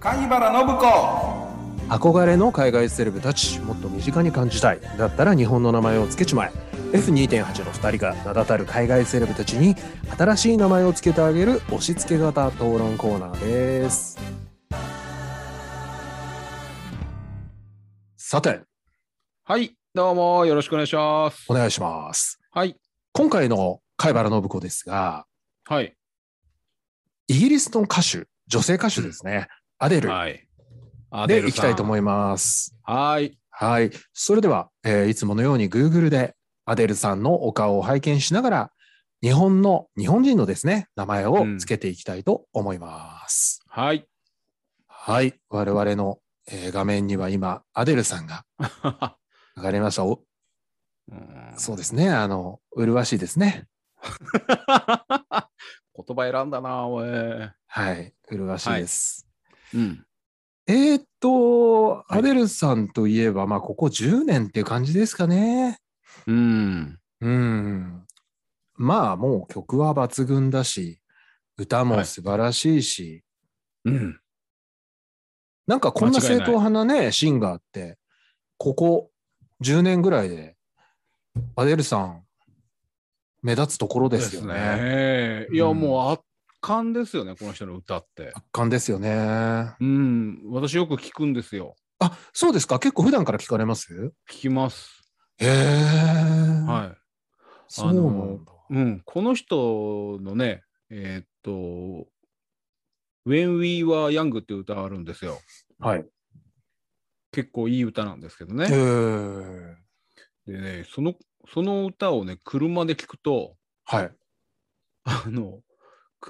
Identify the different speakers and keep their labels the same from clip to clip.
Speaker 1: 貝原信子
Speaker 2: 憧れの海外セレブたちもっと身近に感じたいだったら日本の名前を付けちまえ F2.8 の2人が名だたる海外セレブたちに新しい名前を付けてあげる押し付け型討論コーナーですさて
Speaker 3: はい、どうもよろしくお願いします。
Speaker 2: お願いします
Speaker 3: はい、
Speaker 2: 今回の貝原信子ですが
Speaker 3: はい、
Speaker 2: イギリスの歌手女性歌手ですね、アデル
Speaker 3: はい。あ
Speaker 2: でいきたいと
Speaker 3: 思
Speaker 2: 思います
Speaker 3: はい、
Speaker 2: はい。それでは、えーいつものように Google でアデルさんのお顔を拝見しながら、日本の、日本人のですね、名前をつけていきたいと思います。
Speaker 3: はい。
Speaker 2: はい。我々の、えー画面には今、アデルさんが上がりました。お
Speaker 3: うん
Speaker 2: そうですね。あの、麗しいですね。
Speaker 3: 言葉選んだな、おい。
Speaker 2: はい。麗しいです。
Speaker 3: うん。
Speaker 2: えーっと、
Speaker 3: はい
Speaker 2: アデルさんといえば、まあ、ここ10年っていう感じですかね。
Speaker 3: うん。
Speaker 2: うん。まあもう曲は抜群だし、歌も
Speaker 3: はい
Speaker 2: 素晴らしいし、
Speaker 3: うん。
Speaker 2: なんかこんな
Speaker 3: 間違いない
Speaker 2: 正統派なね、シンガーって、ここ10年ぐらいで、アデルさん、目立つところですよね。
Speaker 3: ねいや、
Speaker 2: うん
Speaker 3: もう圧巻ですよね、この人の歌って。
Speaker 2: 圧巻ですよね。あ、
Speaker 3: うん。私よく聞くんですよ。
Speaker 2: そうですか。結構普段から聞かれます
Speaker 3: 聞きます。
Speaker 2: へえ。い。
Speaker 3: は
Speaker 2: そうなんだ。
Speaker 3: い。うん。この人のね、えーっと、When We Were Young っていう歌があるんですよ。
Speaker 2: はい。
Speaker 3: 結構いい歌なんですけど
Speaker 2: へ
Speaker 3: ね。
Speaker 2: え。
Speaker 3: でね、その、その歌をね、車で聞くと、
Speaker 2: はい。
Speaker 3: あの、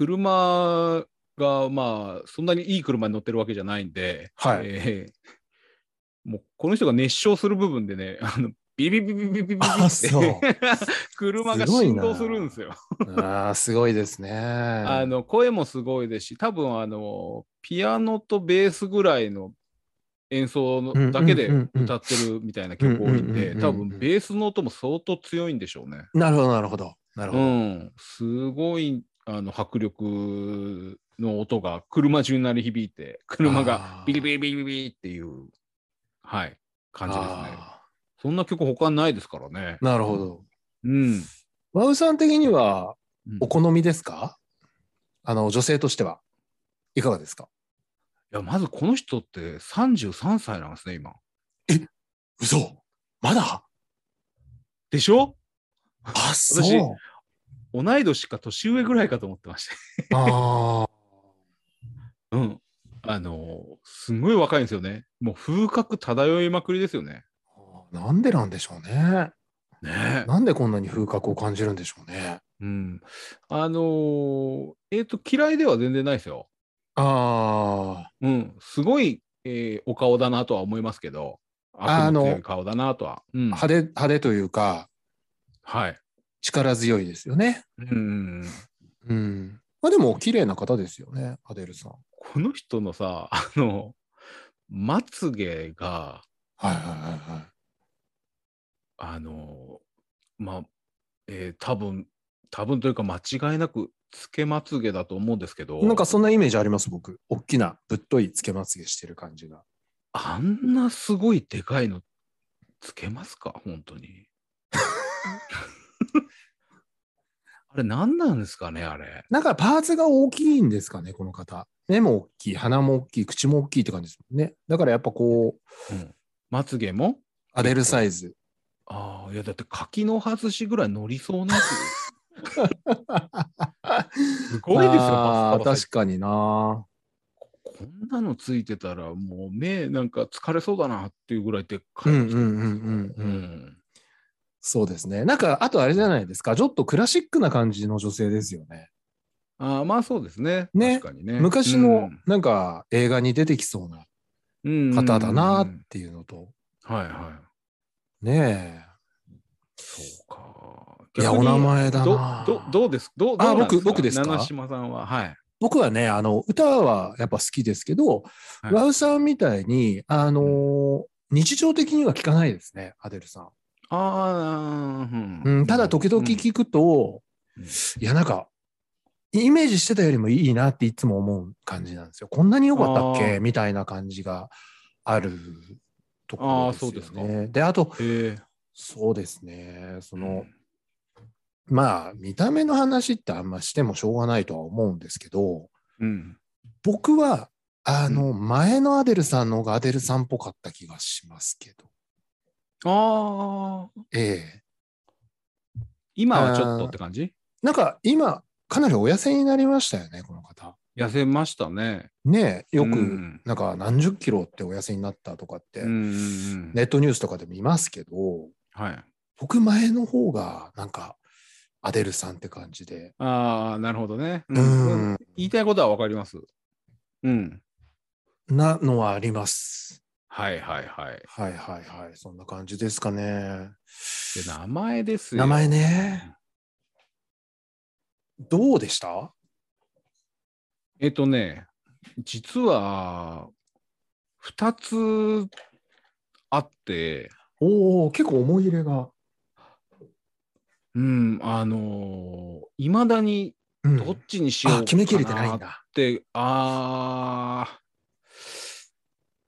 Speaker 3: 車が、まあ、そんなにいい車に乗ってるわけじゃないんで、
Speaker 2: はい。
Speaker 3: えーもう、この人が熱唱する部分でね、あの、ビビビビビビビビビ
Speaker 2: あ
Speaker 3: って
Speaker 2: そう、
Speaker 3: 車が
Speaker 2: すごい
Speaker 3: 振
Speaker 2: な
Speaker 3: 動するんですよ。
Speaker 2: ああ、すごいですね。
Speaker 3: あの、声もすごいですし、多分、あの、ピアノとベースぐらいの演奏のだけで
Speaker 2: うんうんうんうん
Speaker 3: 歌ってるみたいな曲多いんで、
Speaker 2: うんうんうんうんうん
Speaker 3: 多分、ベースの音も相当強いんでしょうね。
Speaker 2: なるほど、なるほど。なるほ
Speaker 3: う
Speaker 2: ど。
Speaker 3: ん、すごいあの迫力の音が車中に鳴り響いて車
Speaker 2: あ
Speaker 3: が
Speaker 2: ー
Speaker 3: ビリビリビリビリっていう、はい、感じですね。
Speaker 2: あ
Speaker 3: そんな曲他ないですからね
Speaker 2: ー。なるほど。
Speaker 3: うん、
Speaker 2: ワウさん的には
Speaker 3: うん
Speaker 2: お好みですか、あの女性としてはいかがですか
Speaker 3: いやまずこの人って33歳なんですね今。
Speaker 2: 嘘まだ
Speaker 3: でしょ
Speaker 2: あ
Speaker 3: 私
Speaker 2: そう
Speaker 3: 同い年か年上ぐらいかと思ってました。
Speaker 2: あ
Speaker 3: うん、あのすごい若いんですよね。もう風格漂いまくりですよね。
Speaker 2: ーなんでなんでしょうね
Speaker 3: ねえ
Speaker 2: なんでこんなに風格を感じるんでしょうね
Speaker 3: うん、あのーえっ、と嫌いでは全然ないですよ。
Speaker 2: あ
Speaker 3: うん、すごい、えーお顔だなとは思いますけど、
Speaker 2: あ
Speaker 3: あの
Speaker 2: の
Speaker 3: 強い顔だなとは。うん、
Speaker 2: ー
Speaker 3: は
Speaker 2: 派手派手というか
Speaker 3: い。
Speaker 2: 力強いですよね
Speaker 3: うん、
Speaker 2: うんまあでも綺麗な方ですよねアデルさん
Speaker 3: この人のさ、あの、まつげが、
Speaker 2: はいはいはいはい
Speaker 3: あの、まあ、えー多分多分というか間違いなくつけまつげだと思うんですけど、
Speaker 2: なんかそんなイメージあります僕大きなぶっといつけまつげしてる感じが
Speaker 3: あんなすごいでかいのつけますか本当に。 あれ何なんですかねあれ。
Speaker 2: なんかパーツが大きいんですかね、この方。目も大きい、鼻も大きい、口も大きいって感じですもんね。だからやっぱこう、
Speaker 3: まつげも
Speaker 2: アデルサイズ。
Speaker 3: ああ、いや、だって柿の外しぐらい乗りそうなや つ。すごいですよ、
Speaker 2: あ
Speaker 3: パ
Speaker 2: ー
Speaker 3: スタバ
Speaker 2: 確かにな。
Speaker 3: こんなのついてたら、もう目なんか疲れそうだなっていうぐらいでっか
Speaker 2: う
Speaker 3: いの来
Speaker 2: んうんう
Speaker 3: て
Speaker 2: ん
Speaker 3: る
Speaker 2: うんう。
Speaker 3: うんん
Speaker 2: そうですね。なんか、あとあれじゃないですか、ちょっとクラシックな感じの女性ですよね。
Speaker 3: ああ、まあそうですね。
Speaker 2: ね
Speaker 3: 確かにね。
Speaker 2: 昔のなんか映画に出てきそうな方だな
Speaker 3: うんうん
Speaker 2: っていうのと、
Speaker 3: うんはいはい。
Speaker 2: ね
Speaker 3: そうか。
Speaker 2: え。いや、
Speaker 3: 逆
Speaker 2: お
Speaker 3: に
Speaker 2: 名前だ
Speaker 3: ど
Speaker 2: な。
Speaker 3: どどうですどう
Speaker 2: あ
Speaker 3: どうなん
Speaker 2: 僕僕ですか
Speaker 3: 長島さんは。はい。
Speaker 2: 僕はね、あの、歌はやっぱ好きですけど、
Speaker 3: はい
Speaker 2: ワウさんみたいに、あのー日常的には聞かないですね、アデルさん。
Speaker 3: ああ、う
Speaker 2: うん、ただ時々
Speaker 3: うん
Speaker 2: 聞くと、
Speaker 3: うん
Speaker 2: いや、なんか、イメージしてたよりもいいなっていつも思う感じなんですよ。こんなに良かったっ
Speaker 3: あ
Speaker 2: け
Speaker 3: ー
Speaker 2: みたいな感じがあるところですよ
Speaker 3: あ
Speaker 2: ね。
Speaker 3: ーそうですか
Speaker 2: で、あと、
Speaker 3: え
Speaker 2: そうですね。そ
Speaker 3: え
Speaker 2: の、まあ、見た目の話ってあんましてもしょうがないとは思うんですけど、
Speaker 3: うん。
Speaker 2: 僕は、あの、前のアデルさんの方がアデルさんっぽかった気がしますけど。
Speaker 3: ああ、
Speaker 2: ええ
Speaker 3: 今はちょっとって感じ
Speaker 2: なんか今、かなりお痩せになりましたよね、この方。
Speaker 3: 痩せましたね。
Speaker 2: ねえよ
Speaker 3: う
Speaker 2: く、
Speaker 3: ん
Speaker 2: なんか何十キロってお痩せになったとかって、
Speaker 3: うんうんうん
Speaker 2: ネットニュースとかで見ますけど、
Speaker 3: はい。
Speaker 2: 僕前の方が、なんか、アデルさんって感じで。
Speaker 3: ああ、なるほどね。う
Speaker 2: うんん、
Speaker 3: 言いたいことはわかります。うん。
Speaker 2: なのはあります。
Speaker 3: はいはいはい。
Speaker 2: はいはいはい。そんな感じですかね。
Speaker 3: で名前ですよ。
Speaker 2: 名前ね。どうでした
Speaker 3: えっとね、実は、二つあって、
Speaker 2: おお、結構思い入れが。
Speaker 3: うん、あのいまだに
Speaker 2: うん
Speaker 3: どっちにしようか
Speaker 2: あ、
Speaker 3: な
Speaker 2: 決めきれてないんだ
Speaker 3: っ。て、ああ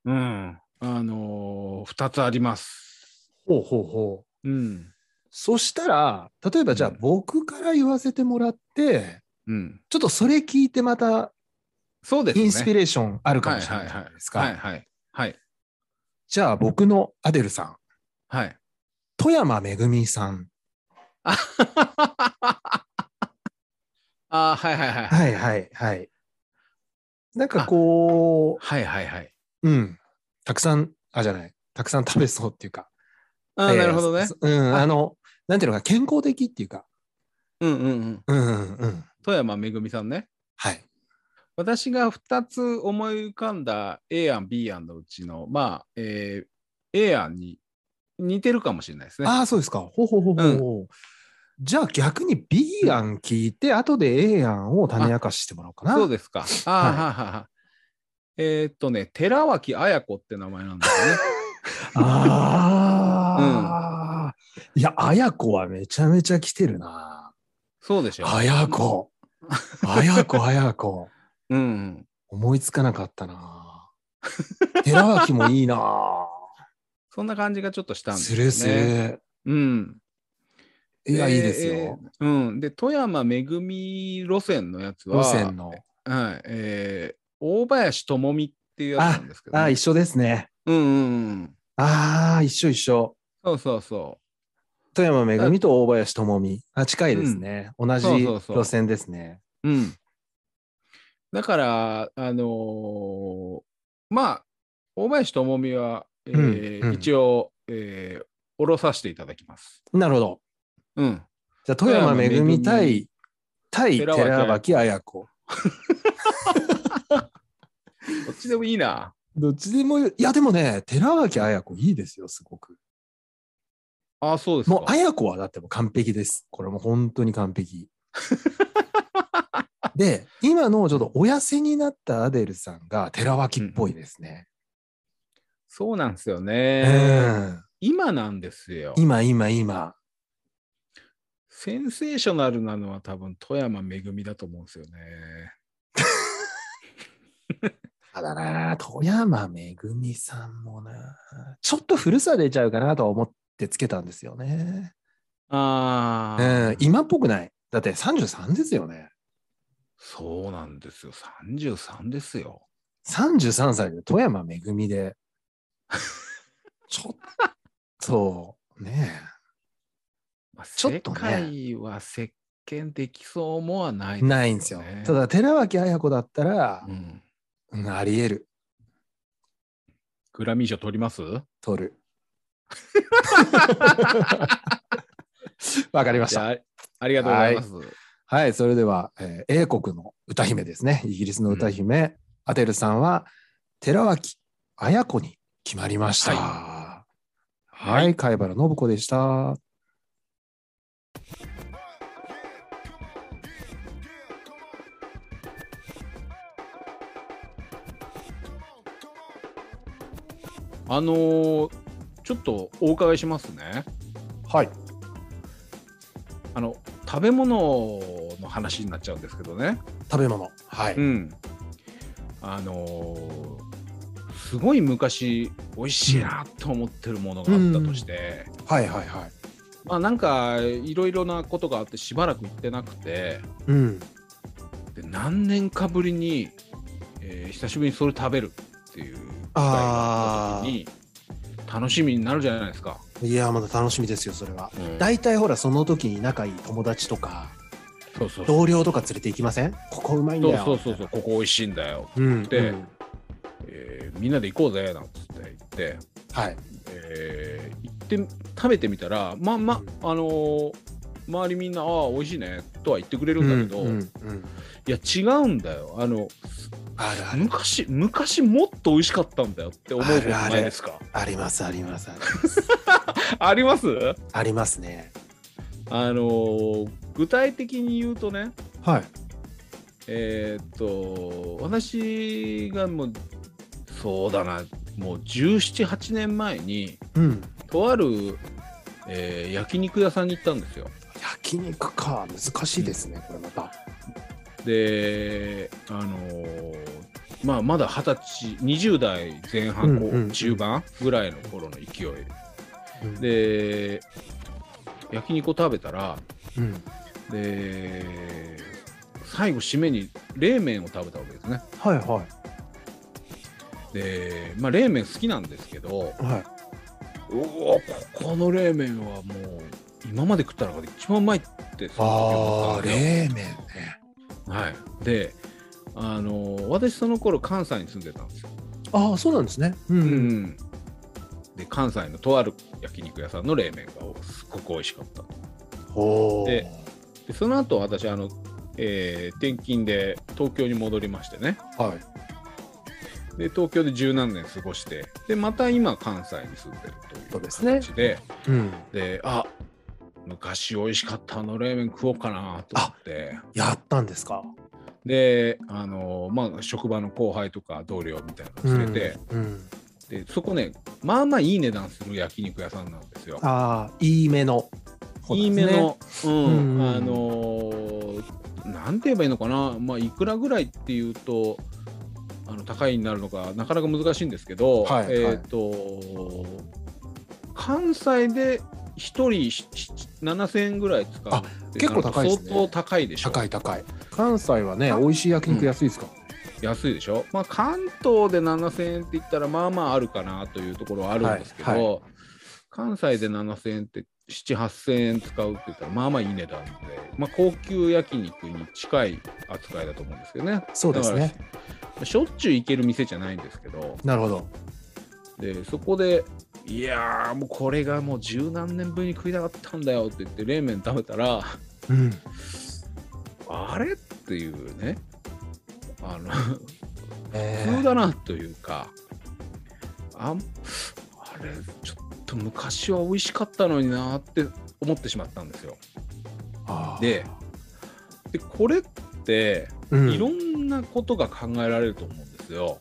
Speaker 3: ー、うん、あの二つあります。
Speaker 2: ほうほうほう。
Speaker 3: うん、
Speaker 2: そしたら、例えばじゃあ
Speaker 3: うん
Speaker 2: 僕から言わせてもらって、
Speaker 3: うん、
Speaker 2: ちょっとそれ聞いてまた
Speaker 3: そうです
Speaker 2: イ
Speaker 3: ね。
Speaker 2: ンスピレーションあるか
Speaker 3: は
Speaker 2: も
Speaker 3: い
Speaker 2: しれ
Speaker 3: はい
Speaker 2: ないじ
Speaker 3: は
Speaker 2: ゃ
Speaker 3: い
Speaker 2: ないです。
Speaker 3: はい
Speaker 2: か。
Speaker 3: はいはい。
Speaker 2: じゃあ僕のアデルさん、
Speaker 3: はい。
Speaker 2: 富山めぐみさん。
Speaker 3: あーはいはいはい。
Speaker 2: はいはいはい。なんかこ
Speaker 3: はいはいはい。
Speaker 2: う、うん、たくさん、あ、じゃない、たくさん食べそうっていうか。
Speaker 3: あー
Speaker 2: えー
Speaker 3: なるほどね。。
Speaker 2: うん、
Speaker 3: あ
Speaker 2: あの、なんていうのか、健康的っていうか。
Speaker 3: うんうんうん。
Speaker 2: うんうんうん。
Speaker 3: 富山めぐみさんね。
Speaker 2: はい。
Speaker 3: 私が2つ思い浮かんだ A 案 B 案のうちの、まあ、えー A 案に似てるかもしれないですね。
Speaker 2: ああ、そうですか。ほうほうほうほうほう。じゃあ逆に B 案聞いて、後で A 案を種明かししてもらおうかな。
Speaker 3: そうですか。あーはははえーっとね、寺脇綾子って名前なんですよ ね。
Speaker 2: ああ、いや、あやこはめちゃめちゃ来てるな。
Speaker 3: そうでしょ。
Speaker 2: あやこ。あやこ、あやこ。
Speaker 3: うんうん。
Speaker 2: 思いつかなかったな。 寺脇もいいな。
Speaker 3: そんな感じがちょっとしたんです
Speaker 2: す
Speaker 3: よね。
Speaker 2: るする。
Speaker 3: うん。
Speaker 2: いや、いいです
Speaker 3: え
Speaker 2: よ。
Speaker 3: ーうん。で、富山めぐみ路線のやつは、
Speaker 2: 路線の。
Speaker 3: はい、えー大林智美っていうやつなんですけど、
Speaker 2: ああ、
Speaker 3: ね
Speaker 2: 一。緒ですね。
Speaker 3: うんうんうん。
Speaker 2: ああ、一緒一緒。
Speaker 3: そうそうそう。
Speaker 2: 富山めぐみと大林智美あ近いですね、同じ
Speaker 3: そうそうそう
Speaker 2: 路線ですね
Speaker 3: うん。だから、あのーまあ、大林智美は、えー
Speaker 2: うんうん
Speaker 3: 一応、えー降ろさせていただきます。
Speaker 2: なるほど
Speaker 3: うん。
Speaker 2: じゃあ富山めぐみ
Speaker 3: 富山めぐ
Speaker 2: 対対
Speaker 3: 寺
Speaker 2: 寺
Speaker 3: 脇
Speaker 2: 脇綾子
Speaker 3: どっちでもいいな。
Speaker 2: どっちでもいいいやでもね寺脇綾子いいですよすごく
Speaker 3: ああ、そうですか。
Speaker 2: もう綾子はだってもう完璧ですこれもう本当に完璧 で今のちょっとお痩せになったアデルさんが寺脇っぽいですね、
Speaker 3: そうなんですよ
Speaker 2: う
Speaker 3: ね。
Speaker 2: ん、
Speaker 3: 今なんですよ。
Speaker 2: 今今今
Speaker 3: センセーショナルなのは多分富山めぐみだと思うんですよね。
Speaker 2: ただな、富山めぐみさんもな、ちょっと古さ出ちゃうかなとは思ってつけたんですよね。
Speaker 3: あ
Speaker 2: う
Speaker 3: あ、
Speaker 2: ん、今っぽくない。だって33ですよね。
Speaker 3: そうなんですよ。33ですよ。
Speaker 2: 33歳で富山めぐみで。ちょっと、ね
Speaker 3: まあ
Speaker 2: ちょっとね
Speaker 3: 世界は石鹸できそうもはない、
Speaker 2: え、ないんですよ。た、だ、寺脇綾子だったら
Speaker 3: う、ん、
Speaker 2: うん、あり得る。
Speaker 3: グラミー賞取ります
Speaker 2: 取 る。わかりまし
Speaker 3: じゃ
Speaker 2: た。
Speaker 3: あありがとうございます。
Speaker 2: はい、それでは、えー英国の歌姫ですね。イギリスの歌姫、アデルさんは、寺脇綾子に決まりました。は
Speaker 3: はい
Speaker 2: い、貝原信子でした。
Speaker 3: あのーちょっとお伺いしますね。
Speaker 2: はい。
Speaker 3: あの、食食べ物の話になっちゃうんですけどね、、
Speaker 2: 食べ物はいう
Speaker 3: ん、あのーすごい昔美味しいなと思ってるものがあったとして、
Speaker 2: はいはいはい
Speaker 3: まあなんかいろいろなことがあってしばらく行ってなくて
Speaker 2: うん
Speaker 3: で何年かぶりに、えー久しぶりにそれ食べるっていう機会があ
Speaker 2: あ
Speaker 3: った時
Speaker 2: ー
Speaker 3: に楽しみになるじゃないですか。
Speaker 2: いやまだ楽しみですよそれは
Speaker 3: うん
Speaker 2: 大体ほらその時に仲いい友達とか
Speaker 3: そうそうそう
Speaker 2: 同僚とか連れて行きませんここうまいんだよ
Speaker 3: そうそうそうここ美味しいんだよ、
Speaker 2: うん
Speaker 3: で
Speaker 2: うん
Speaker 3: えーみんなで行こうぜなんつって言って、
Speaker 2: はい
Speaker 3: えー行って食べてみたらまあまああのー周りみんな「ああ美味しいね」とは言ってくれるんだけど、
Speaker 2: うんうん
Speaker 3: い
Speaker 2: うん
Speaker 3: や違うんだよあの
Speaker 2: あるある
Speaker 3: 昔昔もっと美味しかったんだよって思うこと
Speaker 2: あるあ
Speaker 3: な
Speaker 2: る
Speaker 3: いですか
Speaker 2: ありますありますあります
Speaker 3: あります
Speaker 2: ありますね
Speaker 3: あのー具体的に言うとね
Speaker 2: はい
Speaker 3: えーっと私がもうそうだなもう1718年前に
Speaker 2: うん
Speaker 3: とある、えー焼肉屋さんに行ったんですよ
Speaker 2: 焼肉か難しいですねこれまた
Speaker 3: であのーまあまだ二十歳20代前半こ
Speaker 2: うんうんうん
Speaker 3: う中盤ぐらいの頃の勢い
Speaker 2: うん
Speaker 3: で焼肉を食べたら
Speaker 2: うん
Speaker 3: で最後締めに冷麺を食べたわけですね
Speaker 2: はいは
Speaker 3: でまあ冷麺好きなんですけど
Speaker 2: いはいう
Speaker 3: おーここの冷麺はもう今まで食った中で一番うまいってその時思
Speaker 2: あ
Speaker 3: ったん
Speaker 2: ー
Speaker 3: ですよ
Speaker 2: 冷麺ね
Speaker 3: はい、であのー私その頃関西に住んでたんですよ、
Speaker 2: ああそうなんですねうん
Speaker 3: うんで関西のとある焼肉屋さんの冷麺がすごく美味しかった
Speaker 2: おお
Speaker 3: ででその後私あの、えー転勤で東京に戻りましてね
Speaker 2: はい
Speaker 3: で東京で十何年過ごしてでまた今関西に住んでると
Speaker 2: そ
Speaker 3: い
Speaker 2: う
Speaker 3: う
Speaker 2: ですね
Speaker 3: 形で
Speaker 2: うん
Speaker 3: であ昔美味しかったあの冷麺食おうかなと思って
Speaker 2: やったんですか
Speaker 3: であのーまあ職場の後輩とか同僚みたいなの連れて、
Speaker 2: うんうん
Speaker 3: でそこねまあまあいい値段する焼肉屋さんなんですよ。
Speaker 2: ああいい目の方
Speaker 3: い
Speaker 2: ないんです
Speaker 3: 目
Speaker 2: ね
Speaker 3: の、うん
Speaker 2: うん
Speaker 3: あのーなんて言えばいいのかな、まあ、いくらぐらいっていうとあの高いになるのかなかなか難しいんですけど、
Speaker 2: はい
Speaker 3: えっ、と関西で1人しし7000円ぐらい使う
Speaker 2: あ
Speaker 3: って
Speaker 2: 結構高いですね
Speaker 3: 相当高いでしょ
Speaker 2: 高い高い関西はね美味しい焼肉安いですか
Speaker 3: 安いでしょ、まあ、関東で7000円って言ったらまあまああるかなというところはあるんですけど、
Speaker 2: はいは
Speaker 3: 関西で7000円って78000円使うって言ったらまあまあいい値段で、まあ、高級焼肉に近い扱いだと思うんですけどね
Speaker 2: そうですね
Speaker 3: だからしょっちゅう行ける店じゃないんですけど
Speaker 2: なるほど
Speaker 3: でそこでいやーもうこれがもう十何年ぶりに食いたかったんだよって言って冷麺食べたら
Speaker 2: うん
Speaker 3: あれっていうねあの
Speaker 2: え
Speaker 3: 普通
Speaker 2: ー
Speaker 3: だなというか、あんあれちょっと昔は美味しかったのになって思ってしまったんですよ。
Speaker 2: あー
Speaker 3: ででこれって
Speaker 2: うん
Speaker 3: いろんなことが考えられると思うんですよ。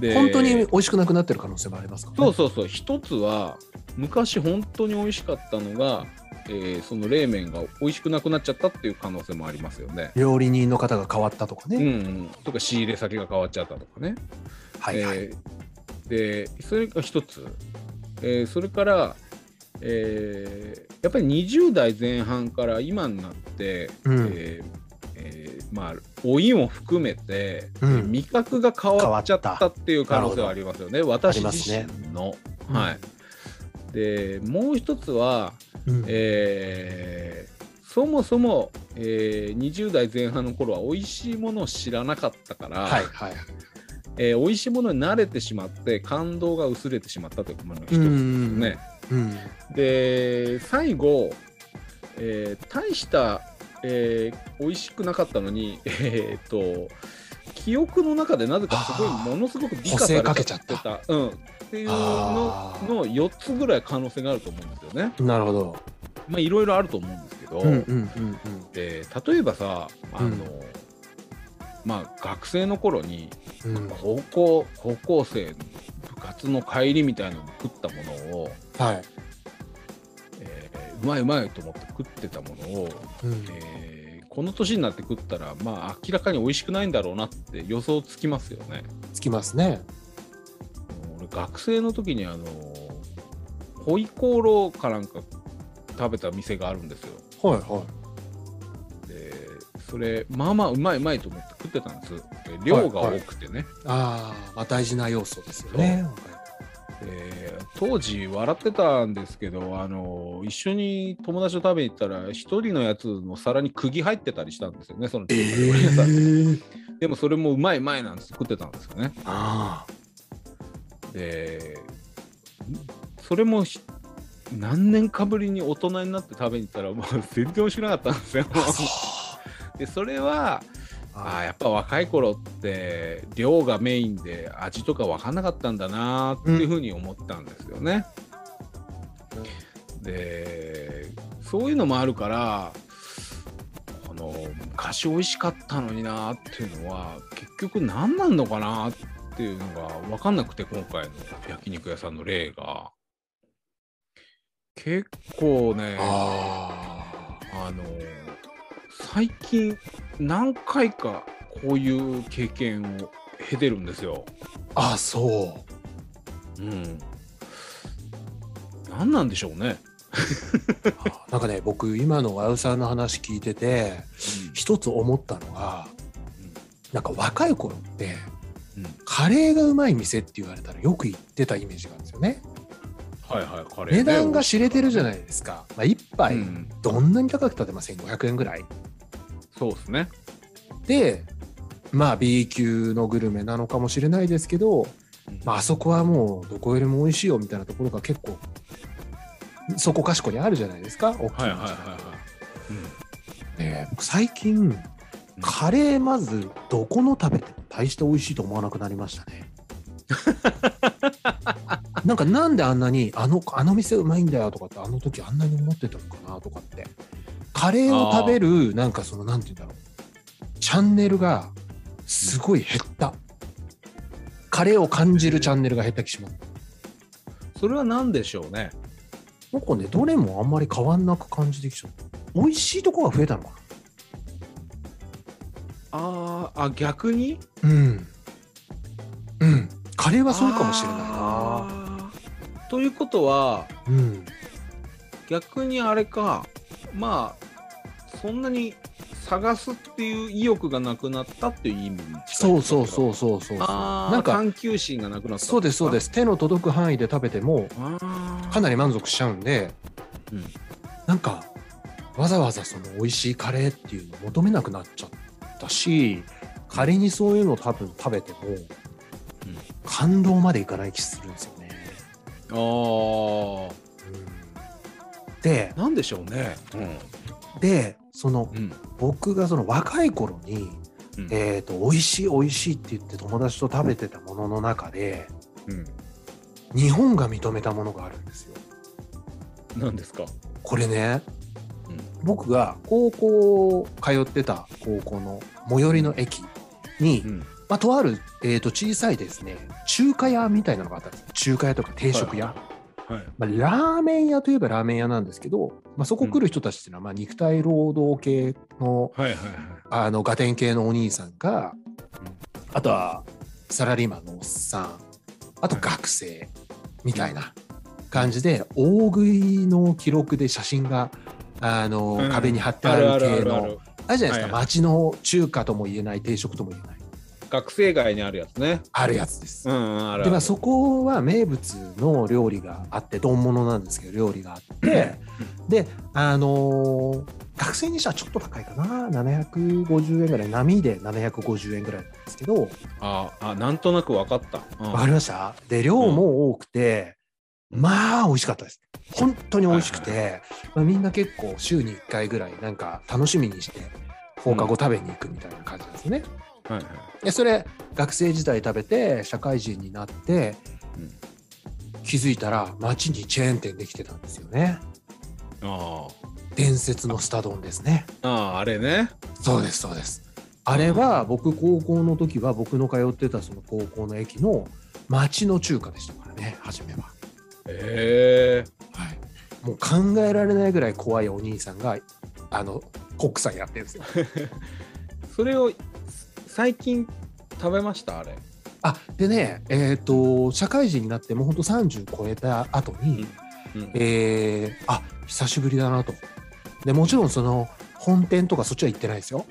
Speaker 3: で
Speaker 2: 本当に美味しくなくなってる可能性もありますから
Speaker 3: そう
Speaker 2: ね
Speaker 3: そうそう一つは昔本当に美味しかったのが、えーその冷麺が美味しくなくなっちゃったっていう可能性もありますよね。
Speaker 2: 料理人の方が変わったとか
Speaker 3: うん
Speaker 2: ね
Speaker 3: うん、とか仕入れ先が変わっちゃったとかね。
Speaker 2: はいはい
Speaker 3: えーでそれが一つ、えーそれから、えーやっぱり20代前半から今になって、
Speaker 2: うん
Speaker 3: えーえーまあ老いも含めて、
Speaker 2: うん
Speaker 3: 味覚が変わっちゃっ
Speaker 2: 変わった
Speaker 3: っていう可能性はありますよね
Speaker 2: あ
Speaker 3: 私
Speaker 2: りま
Speaker 3: 自
Speaker 2: すね
Speaker 3: 身の。はい、でもう一つは、
Speaker 2: うん
Speaker 3: えーそもそも、えー20代前半の頃は美味しいものを知らなかったから、
Speaker 2: はいはいはい
Speaker 3: えー美味しいものに慣れてしまって感動が薄れてしまったというものが一つですよね。
Speaker 2: うん
Speaker 3: で最後、えー大した、えー美味しくなかったのに、えー、と記憶の中でなぜかすごい
Speaker 2: あー
Speaker 3: ものすごく美化されちゃって
Speaker 2: 補正か
Speaker 3: たうん、っていうの
Speaker 2: あー
Speaker 3: の4つぐらい可能性があると思うんですよね。
Speaker 2: なるほど
Speaker 3: まあいろいろあると思うんですけど、
Speaker 2: うんうんうん
Speaker 3: で例えばさあの、まあ、学生の頃に
Speaker 2: うんうん
Speaker 3: 高校高校生の部活の帰りみたいなのに食ったものを、
Speaker 2: はい
Speaker 3: えーうまいうまいと思って食ってたものを、
Speaker 2: うん
Speaker 3: えーこの年になって食ったらまあ明らかに美味しくないんだろうなって予想つきますよね。
Speaker 2: つきますね。
Speaker 3: 俺学生の時にあのホイコーローかなんか食べた店があるんですよ。
Speaker 2: はいは
Speaker 3: でそれまあまあうまいうまいと思って食ってたんです。で量が多くてね。
Speaker 2: い。あー、まあ、大事な要素ですよね。
Speaker 3: えー当時笑ってたんですけどあの一緒に友達と食べに行ったら一人のやつの皿に釘入ってたりしたんですよねその中華料理屋さん
Speaker 2: ー、
Speaker 3: でもそれもうまいうまいなんて作ってたんですよね
Speaker 2: あ
Speaker 3: でそれもひ何年かぶりに大人になって食べに行ったらもう全然美味しくなかったんですよ
Speaker 2: あ。そう
Speaker 3: でそれはあー
Speaker 2: あ
Speaker 3: やっぱ若い頃って量がメインで味とか分かんなかったんだなっていうふうに思ったんですよね。でそういうのもあるからあの昔美味しかったのになっていうのは結局何なんのかなっていうのが分かんなくて今回の焼肉屋さんの例が結構ね
Speaker 2: あ
Speaker 3: あのー最近何回かこういう経験を経てるんですよ。
Speaker 2: ーあーそ
Speaker 3: うん。何なんでしょうね。
Speaker 2: うあーなんかね僕今の和ウさんの話聞いてて一つ思ったのが、
Speaker 3: うん
Speaker 2: なんか若い頃って、
Speaker 3: うん
Speaker 2: カレーがうまい店って言われたらよく行ってたイメージがあるんですよね
Speaker 3: はいはい、カレー、
Speaker 2: 値段が知れてるじゃ
Speaker 3: ない。
Speaker 2: ないですか、まあ、1杯
Speaker 3: うん
Speaker 2: どんなに高くたってません500円ぐらい
Speaker 3: そうですね。
Speaker 2: でまあ B 級のグルメなのかもしれないですけど、まああそこはもうどこよりも美味しいよみたいなところが結構そこかしこにあるじゃないですか大き
Speaker 3: はい
Speaker 2: な
Speaker 3: はいはいは
Speaker 2: ねえ僕最近カレーまずどこの食べても大して美味しいと思わなくなりました ねなんかなんであんなにあのあの店うまいんだよとかってあの時あんなに思ってたのかなとかってカレーを食べるなんかそのなんて言うんだろうチャンネルがすごい減ったカレーを感じるチャンネルが減った気します
Speaker 3: い。それは何でしょうね。
Speaker 2: なんかねどれもあんまり変わんなく感じてきちゃった美味しいとこが増えたのか
Speaker 3: あーあ、逆に
Speaker 2: なうんうんカレーはそうかもしれないな
Speaker 3: あーということは、
Speaker 2: うん、
Speaker 3: 逆にあれかまあそんなに探すっていう意欲がなくなったっていう意味に近いってこと
Speaker 2: そうそうそううそうそうそう
Speaker 3: あ
Speaker 2: な
Speaker 3: なんん
Speaker 2: か
Speaker 3: か探求心がなくなった
Speaker 2: そうですそうですす手の届く範囲で食べてもか
Speaker 3: か
Speaker 2: な
Speaker 3: り
Speaker 2: り満足しちゃうんで、
Speaker 3: うん
Speaker 2: なんかわざわざその美味しいカレーっていうのを求めなくなっちゃったし仮にそういうのを多分食べても、感動までいかない気するんですよね。
Speaker 3: あー
Speaker 2: うんで
Speaker 3: なんでしょうねう
Speaker 2: でその
Speaker 3: んうん
Speaker 2: 僕がその若い頃に、
Speaker 3: うん
Speaker 2: えー、と美味しい美味しいって言って友達と食べてたものの中で
Speaker 3: う
Speaker 2: 日本が認めたものがあるんですよ。
Speaker 3: んなんですか
Speaker 2: これね、
Speaker 3: うん
Speaker 2: 僕が高校通ってた高校の最寄りの駅に、
Speaker 3: うん
Speaker 2: まあ、とある、えー、と小さいですね中華屋みたいなのがあったんですよ中華屋とか定食屋、
Speaker 3: はい
Speaker 2: まあ、ラーメン屋といえばラーメン屋なんですけど、まあ、そこ来る人たちっていうのは、まあ、肉体労働系の
Speaker 3: はいはいはい
Speaker 2: あのガテン系のお兄さんが、
Speaker 3: うん
Speaker 2: あとはサラリーマンのおっさんあと
Speaker 3: はい
Speaker 2: 学生みたいな感じで大食いの記録で写真があの、
Speaker 3: うん
Speaker 2: 壁に貼って
Speaker 3: ある
Speaker 2: あ
Speaker 3: あ
Speaker 2: る
Speaker 3: るあ
Speaker 2: 系
Speaker 3: るあ
Speaker 2: の
Speaker 3: る
Speaker 2: あるじゃないですか、
Speaker 3: はい
Speaker 2: 街の中華とも言えない定食とも言えない
Speaker 3: 学生街にあるやつね
Speaker 2: あるやつです。
Speaker 3: うんうんあるあ
Speaker 2: で
Speaker 3: る
Speaker 2: まあそこは名物の料理があって丼物なんですけど料理があってであのー学生にしたらちょっと高いかな750円ぐらい波で750円ぐらいなんですけど
Speaker 3: ああなんとなくわかったうん
Speaker 2: わかりましたで量も多くて、まあ美味しかったです本当に美味しくて、まあ、みんな結構週に1回ぐらいなんか楽しみにして放課後食べに行くみたいな感じなんですね、
Speaker 3: はいはい
Speaker 2: でそれ学生時代食べて社会人になって、
Speaker 3: うん
Speaker 2: 気づいたら街にチェーン店できてたんですよね
Speaker 3: あ
Speaker 2: 伝説のスタ丼ですね
Speaker 3: ーあーあれね
Speaker 2: そうですそうですあれは僕高校の時は僕の通ってたその高校の駅の町の中華でしたからね初めは
Speaker 3: ええ
Speaker 2: はいもう考えられないぐらい怖いお兄さんがあのコックさんやってるんですよ
Speaker 3: それを最近食べましたあれ
Speaker 2: あでねえっ、と社会人になってもうほんと30超えた後に、
Speaker 3: うん
Speaker 2: えーあ久しぶりだなとでもちろんその本店とかそっちは行ってないですよ、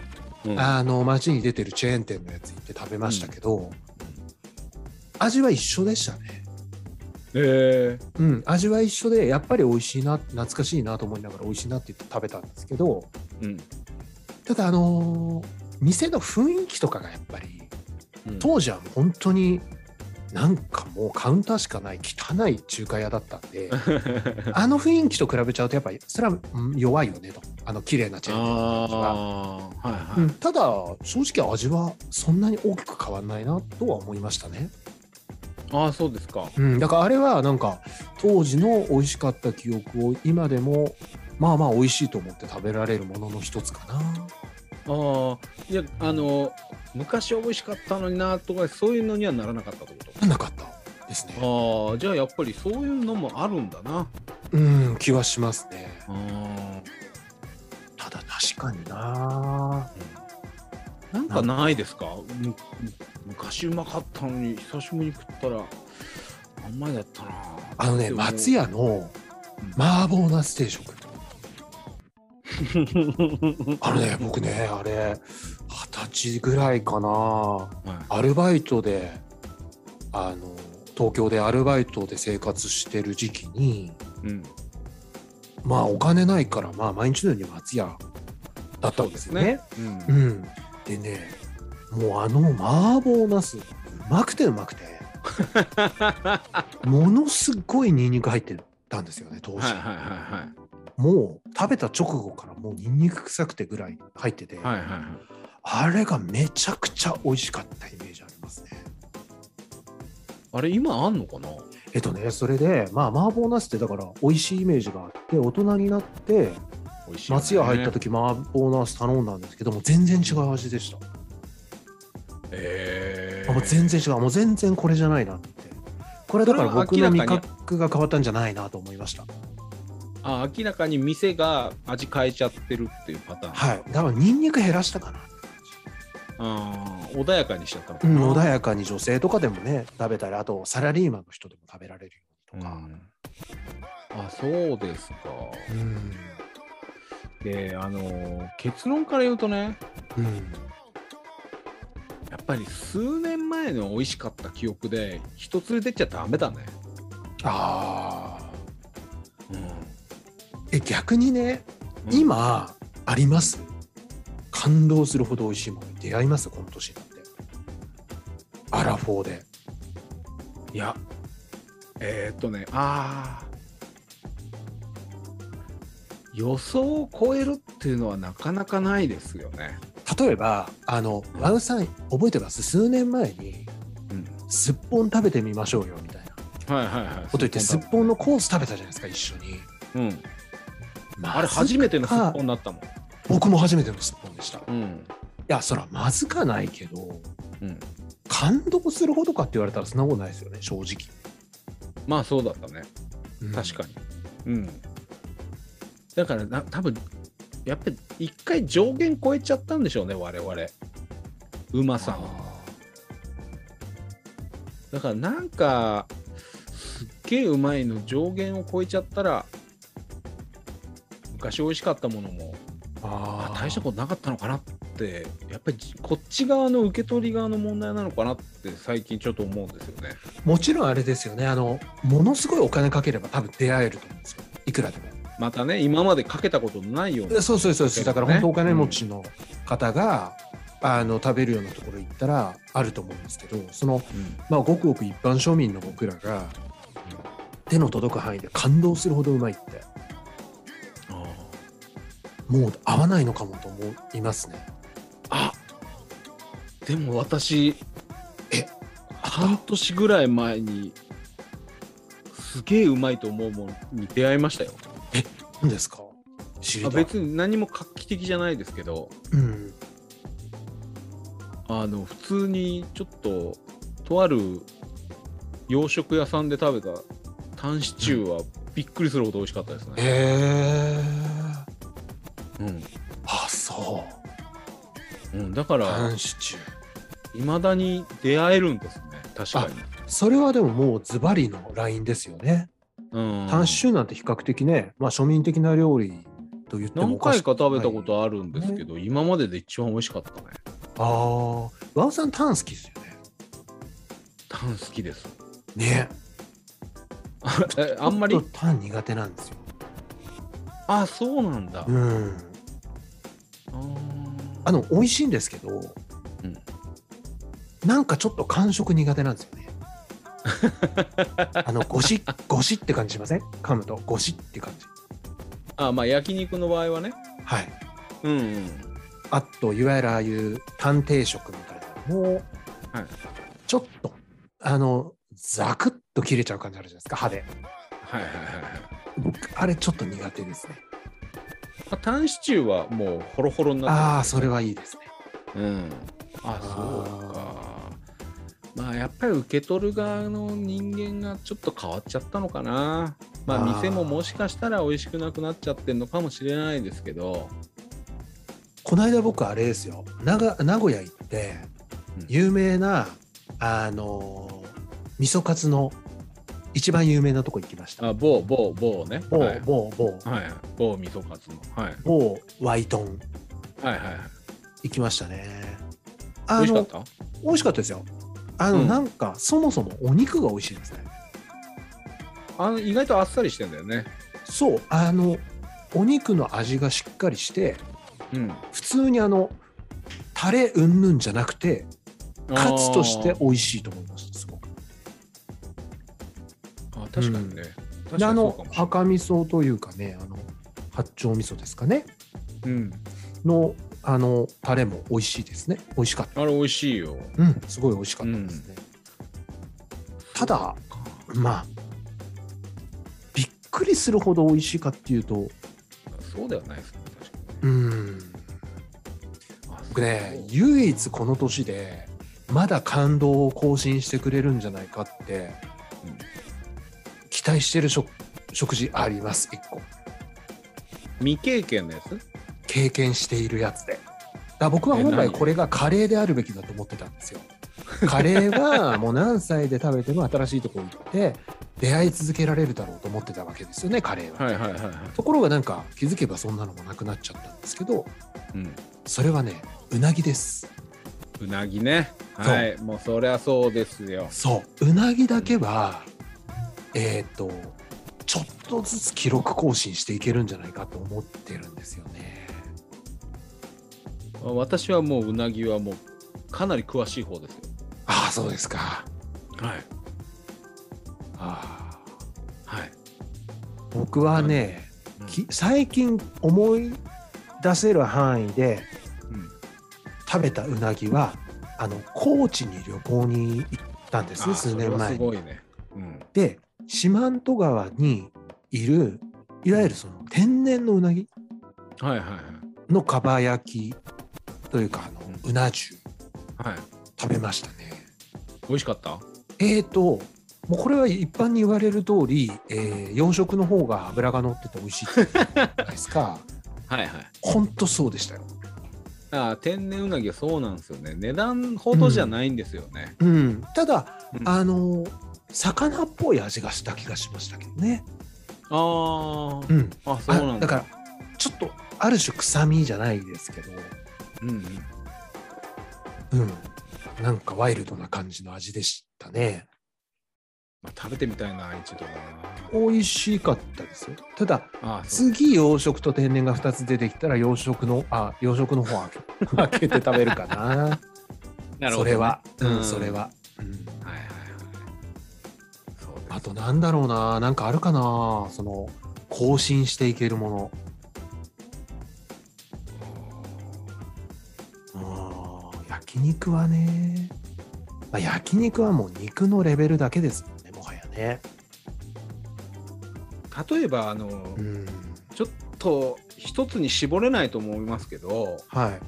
Speaker 3: うん
Speaker 2: あの街に出てるチェーン店のやつ行って食べましたけど、味は一緒でしたね
Speaker 3: えー
Speaker 2: うん味は一緒でやっぱり美味しいな懐かしいなと思いながら美味しいなって言って食べたんですけど
Speaker 3: うん
Speaker 2: ただあのー店の雰囲気とかがやっぱり
Speaker 3: うん
Speaker 2: 当時はもう本当になんかもうカウンターしかない汚い中華屋だったん であの雰囲気と比べちゃうとやっぱりそれはうん弱いよねとあの綺麗なチェーン店の
Speaker 3: ああはいはい、
Speaker 2: うんただ正直味はそんなに大きく変わんないなとは思いましたね、
Speaker 3: ああそうですか
Speaker 2: うん、だからあれはなんか当時の美味しかった記憶を今でもまあまあ美味しいと思って食べられるものの一つかな
Speaker 3: ああいやあの昔は美味しかったのになとかそういうのにはならなかったってこと
Speaker 2: なんなかったですね
Speaker 3: ああじゃあやっぱりそういうのもあるんだな
Speaker 2: うん気はしますね
Speaker 3: あ
Speaker 2: ただ確かにな
Speaker 3: なんかないですかむ昔うまかったのに久しぶりに食ったらあんまりだったな
Speaker 2: あのね松屋の麻婆茄子定 食あのね僕ねあれ二十歳ぐらいかな
Speaker 3: は
Speaker 2: アルバイトであの東京でアルバイトで生活してる時期に
Speaker 3: いうん
Speaker 2: まあお金ないからまあ毎日のように松屋だったんですよね。
Speaker 3: うん
Speaker 2: う、ん、でねもうあの麻婆茄子うまくてう まくてものすごいニンニク入ってたんですよね当時、
Speaker 3: はいはいはい
Speaker 2: もう食べた直後からもうニンニク臭くてぐらい入ってて、
Speaker 3: はいはいはいはい
Speaker 2: あれがめちゃくちゃ美味しかったイメージありますね。
Speaker 3: あれ今あんのかな
Speaker 2: えっとねそれでまあ麻婆茄子ってだから美味しいイメージがあって大人になって
Speaker 3: 美味しいよね
Speaker 2: 松屋入った時麻婆茄子頼んだんですけども全然違う味でした。
Speaker 3: え
Speaker 2: あもう全然違うもう全然これじゃないなってこれだから僕の味覚が変わったんじゃないなと思いました
Speaker 3: あ明らかに店が味変えちゃってるっていうパターン、
Speaker 2: はいだからニンニク減らしたかな、
Speaker 3: あー穏やかにしちゃったの
Speaker 2: う
Speaker 3: か
Speaker 2: ん
Speaker 3: な、
Speaker 2: 穏やかに女性とかでもね食べたりあとサラリーマンの人でも食べられるようにとか、
Speaker 3: うんあそうですか
Speaker 2: うん
Speaker 3: であのー結論から言うとね
Speaker 2: うん
Speaker 3: やっぱり数年前の美味しかった記憶で人連れてっちゃダメだね、
Speaker 2: ああ
Speaker 3: う
Speaker 2: え逆にね
Speaker 3: ん、
Speaker 2: 今あります感動するほど美味しいものに出会いますこの年になってアラフォーで
Speaker 3: いやえー、っとねあー予想を超えるっていうのはなかなかないですよね。
Speaker 2: 例えばあのワウさん覚えてます数年前に
Speaker 3: うん、
Speaker 2: すっぽん食べてみましょうよみたいなこ
Speaker 3: はいはいはい。
Speaker 2: と言ってすっぽんのコース食べたじゃないですか一緒に、
Speaker 3: うん、
Speaker 2: ま
Speaker 3: あれ
Speaker 2: ず
Speaker 3: 初めてのすっぽんだったもん。
Speaker 2: 僕も初めてのすっぽんでしたい
Speaker 3: うん。
Speaker 2: やそらまずかないけど
Speaker 3: うん。
Speaker 2: 感動するほどかって言われたらそんなことないですよね正直、
Speaker 3: まあそうだったね。確かに。うん。だからな、多分やっぱり一回上限超えちゃったんでしょうね、我々。うまさを。
Speaker 2: あ
Speaker 3: だからなんか、すっげえうまいの上限を超えちゃったら、昔美味しかったものも、
Speaker 2: ーあ
Speaker 3: あ
Speaker 2: ー
Speaker 3: 大したことなかったのかなって、やっぱりじこっち側の受け取り側の問題なのかなって最近ちょっと思うんですよね。
Speaker 2: もちろんあれですよねあのものすごいお金かければ多分出会えると思うんですよいくらでも
Speaker 3: またね、今までかけたことのないような
Speaker 2: そうそうそうそうだから本当お金
Speaker 3: うん
Speaker 2: 持ちの方が、あの食べるようなところ行ったらあると思うんですけどそのまあごくごく一般庶民の僕らが手の届く範囲で感動するほどうまいってもう合わないのかもと思いますね
Speaker 3: あでも私
Speaker 2: え
Speaker 3: 半年ぐらい前にすげえうまいと思うものに出会いましたよ
Speaker 2: 何ですか知
Speaker 3: あ
Speaker 2: りたい
Speaker 3: 別に何も画期的じゃないですけど
Speaker 2: うん
Speaker 3: あの普通にちょっととある洋食屋さんで食べたタンシチューはびっくりするほど美味しかったですね。
Speaker 2: え
Speaker 3: うん
Speaker 2: あそう
Speaker 3: うん、だから、
Speaker 2: 男子中
Speaker 3: いまだに出会えるんですね、確かに。
Speaker 2: それはでももうズバリのラインですよね
Speaker 3: うん、
Speaker 2: タンシューなんて比較的ね、まあ、庶民的な料理と言っても
Speaker 3: 何
Speaker 2: おか
Speaker 3: 回
Speaker 2: しく
Speaker 3: か
Speaker 2: な
Speaker 3: 食
Speaker 2: い
Speaker 3: べたことあるんですけど、今までで一番美味しかったね。
Speaker 2: ああ和尾さんタン好きですよ
Speaker 3: タン好き です。
Speaker 2: ねね
Speaker 3: あえあんまり
Speaker 2: ちょっ、とタン苦手なんですよ
Speaker 3: あ、そうなんだ。
Speaker 2: うんあ
Speaker 3: あの
Speaker 2: の美味しいんですけど、
Speaker 3: ん
Speaker 2: なんかちょっと感触苦手なんですよねあのゴシ ゴシって感じしません噛むとゴシって感じ
Speaker 3: あ、まあ焼肉の場合はね。
Speaker 2: はい
Speaker 3: うん、うん。
Speaker 2: あといわゆるああいう探偵食みたいなのも、
Speaker 3: はい
Speaker 2: ちょっとあのザクッと切れちゃう感じあるじゃないですか歯で
Speaker 3: はいはいはいはい。
Speaker 2: 僕あれちょっと苦手ですね
Speaker 3: あタンシチューはもうホロホロにな
Speaker 2: ああそれはいいですね
Speaker 3: ってる。うん。あ、そうか。まあやっぱり受け取る側の人間がちょっと変わっちゃったのかな。まあ
Speaker 2: あー
Speaker 3: 店ももしかしたら美味しくなくなっちゃってるのかもしれないですけど。
Speaker 2: この間僕あれですよ長名古屋行って
Speaker 3: うん
Speaker 2: 有名なあの味噌カツの一番有名なとこ行きました
Speaker 3: あ、某某某ね。
Speaker 2: 某
Speaker 3: はい
Speaker 2: 某某
Speaker 3: はいはい、某味噌カツの、はい、
Speaker 2: 某ワイトン
Speaker 3: はいはいはい
Speaker 2: 行きましたね
Speaker 3: 美
Speaker 2: あ
Speaker 3: 味しか
Speaker 2: の
Speaker 3: った
Speaker 2: 美味しかったですよあの、
Speaker 3: うん
Speaker 2: なんかそもそもお肉が美味しいですね
Speaker 3: あの意外とあっさりしてんだよね
Speaker 2: そうあのお肉の味がしっかりして
Speaker 3: うん
Speaker 2: 普通にあのタレうんぬんじゃなくてカツとして美味しいと思いましたすごく
Speaker 3: あーあ確かにね、確かに
Speaker 2: であ
Speaker 3: そ
Speaker 2: の
Speaker 3: うかもしれない
Speaker 2: 赤味噌というかねあの八丁味噌ですかね
Speaker 3: うん
Speaker 2: のあのタレも美味しいですね美味しかった
Speaker 3: あれ美味しいよ
Speaker 2: うんすごい美味しかったですね、ただまあびっくりするほど美味しいかっていうと
Speaker 3: そうではないですね確か
Speaker 2: うん
Speaker 3: にあ
Speaker 2: 僕ね
Speaker 3: そう
Speaker 2: 唯一この年でまだ感動を更新してくれるんじゃないかって、
Speaker 3: うん
Speaker 2: 期待してる食食事あります一個
Speaker 3: 未経験のやつ
Speaker 2: 経験しているやつでだから僕は本
Speaker 3: え
Speaker 2: 来
Speaker 3: 何
Speaker 2: これがカレーであるべきだと思ってたんです よカレーはもう何歳で食べても新しいところに行って出会い続けられるだろうと思ってたわけですよねカレーは、
Speaker 3: はいはいはいはい、
Speaker 2: ところがなんか気づけばそんなのもなくなっちゃったんですけど
Speaker 3: うん、
Speaker 2: それはねうなぎです
Speaker 3: うなぎね
Speaker 2: そう
Speaker 3: はいもうそりゃそうですよ
Speaker 2: そううなぎだけはえっ、とちょっとずつ記録更新していけるんじゃないかと思ってるんですよね
Speaker 3: 私はもううなぎはもうかなり詳しい方ですよ
Speaker 2: ああそうですか
Speaker 3: はい
Speaker 2: あー
Speaker 3: はい
Speaker 2: 僕はね、
Speaker 3: うん
Speaker 2: き最近思い出せる範囲で
Speaker 3: うん
Speaker 2: 食べたうなぎはあの高知に旅行に行ったんです
Speaker 3: あ
Speaker 2: ね
Speaker 3: ー
Speaker 2: 数
Speaker 3: それ
Speaker 2: 年
Speaker 3: は
Speaker 2: 前
Speaker 3: す
Speaker 2: に
Speaker 3: ごいねうん
Speaker 2: で四万十川にいるいわゆるその天然のうなぎ
Speaker 3: はいはいはい
Speaker 2: のかば焼きというかあのうな重
Speaker 3: はい
Speaker 2: 食べましたね
Speaker 3: 美味しかった
Speaker 2: えーともうこれは一般に言われる通り、えー養殖の方が脂が乗ってて美味しいって言うじゃないで すか
Speaker 3: はいはい
Speaker 2: ほんとそうでしたよ
Speaker 3: ああ天然うなぎはそうなんですよね値段ほどじゃないんですよね、
Speaker 2: うんただ、
Speaker 3: うんあ
Speaker 2: あの魚っぽい味がした気がしましたけどね
Speaker 3: あー
Speaker 2: うん
Speaker 3: あそうな
Speaker 2: あ
Speaker 3: んだ
Speaker 2: だからちょっとある種臭みじゃないですけど
Speaker 3: うんうん
Speaker 2: うんなんかワイルドな感じの味でしたね
Speaker 3: まあ、食べてみたいな一度だ
Speaker 2: 美味しかったですよただ
Speaker 3: なああそう
Speaker 2: 次養殖と天然が2つ出てきたら養殖のあ養殖の方 開け開けて食べるかな
Speaker 3: な
Speaker 2: それは、うん
Speaker 3: うん
Speaker 2: それは、うん、
Speaker 3: はいはいはいそうです
Speaker 2: あとなんだろうななんかあるかなその更新していけるものうん焼肉はね、まあ、焼肉はもう肉のレベルだけですもんねもはやね
Speaker 3: 例えばあの、
Speaker 2: うん
Speaker 3: ちょっと一つに絞れないと思いますけど
Speaker 2: はい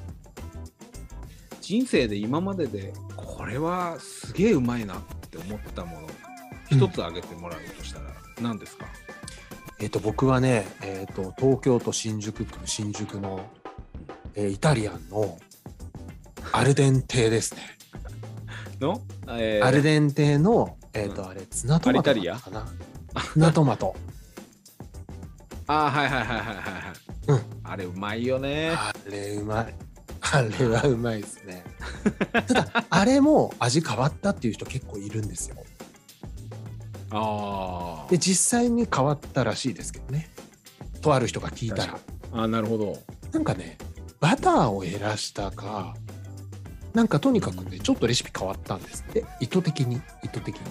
Speaker 3: 人生で今まででこれはすげえうまいなって思ったもの一つ挙げてもらうとしたら何ですか、
Speaker 2: えっと、僕はね、えっと、東京都新宿区新宿の、えーイタリアンのアルデンテですね。
Speaker 3: の、えー
Speaker 2: アルデンテの、えっ
Speaker 3: う
Speaker 2: と、あれ、ツナトマト
Speaker 3: アリタリ
Speaker 2: だ
Speaker 3: ア
Speaker 2: ったかな。ツナトマト。
Speaker 3: あーはいはいはいはいはいはい、
Speaker 2: うん
Speaker 3: あれうまいよね
Speaker 2: あれ、うまい。あれはうまいですね。ただ、あれも味変わったっていう人結構いるんですよ。
Speaker 3: あ
Speaker 2: で、実際に変わったらしいですけどね。とある人が聞いたら。
Speaker 3: ああーなるほど
Speaker 2: なんかね、バターを減らしたか、なんかとにかくね、ちょっとレシピ変わったんですって、意図的に、意図的に。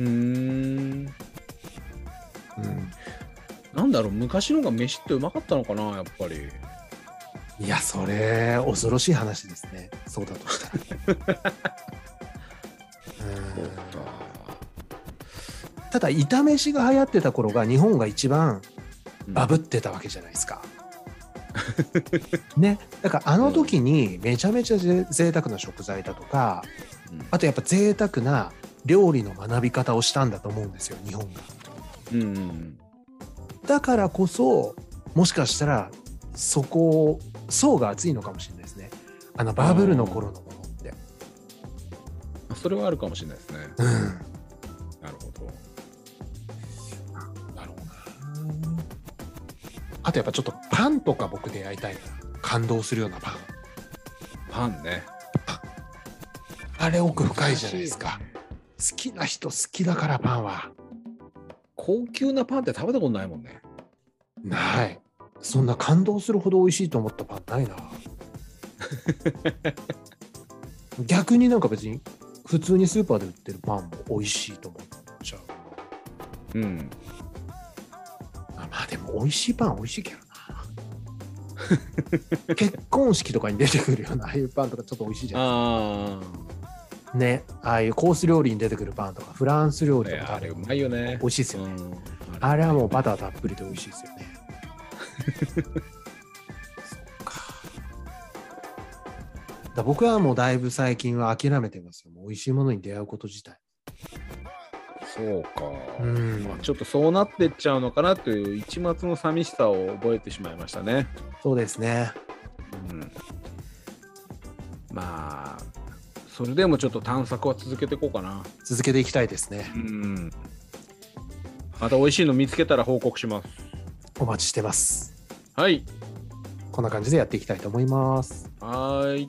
Speaker 3: うーん
Speaker 2: う
Speaker 3: なんだろう昔の方が飯ってうまかったのかなやっぱり
Speaker 2: ん、いや、それ、恐ろしい話ですね、 そうだとしたら。うんただ、炒めしが流行ってた頃が、日本が一番バブってたわけじゃないですか。ね、だからあの時にめちゃめちゃぜ贅沢な食材だとかあとやっぱ贅沢な料理の学び方をしたんだと思うんですよ日本が。
Speaker 3: うんうんうん
Speaker 2: だからこそもしかしたらそこを層が厚いのかもしれないですねあのバブルの頃のものって、
Speaker 3: それはあるかもしれないですね
Speaker 2: うん、
Speaker 3: なるほど
Speaker 2: なるほどあとやっぱちょっとパンとか僕出会いたいな感動するようなパン
Speaker 3: パンね
Speaker 2: あれ奥深いじゃないですか好きな人好きだからパンは
Speaker 3: 高級なパンって食べたことないもんね
Speaker 2: ないそんな感動するほど美味しいと思ったパン ないな逆になんか別に普通にスーパーで売ってるパンも美味しいと思っちゃう
Speaker 3: うん
Speaker 2: あまあでも美味しいパン美味しい けどな結婚式とかに出てくるようなああいうパンとかちょっと美味しいじゃん
Speaker 3: あ
Speaker 2: ねああいうコース料理に出てくるパンとかフランス料
Speaker 3: あ
Speaker 2: 理とか
Speaker 3: あれうまいよね
Speaker 2: 美味しいですよね、
Speaker 3: うん
Speaker 2: あれはもうバターたっぷりで美味しいですよ ねそっかだ僕はもうだいぶ最近は諦めてますよもう美味しいものに出会うこと自体
Speaker 3: そうか、
Speaker 2: うん
Speaker 3: まあ、ちょっとそうなってっちゃうのかなという一抹の寂しさを覚えてしまいましたね。
Speaker 2: そうですね
Speaker 3: うん、まあそれでもちょっと探索は続けていこうかな。
Speaker 2: 続けていきたいですね
Speaker 3: うん、また美味しいの見つけたら報告します。
Speaker 2: お待ちしてます
Speaker 3: はい、
Speaker 2: こんな感じでやっていきたいと思います
Speaker 3: はーい。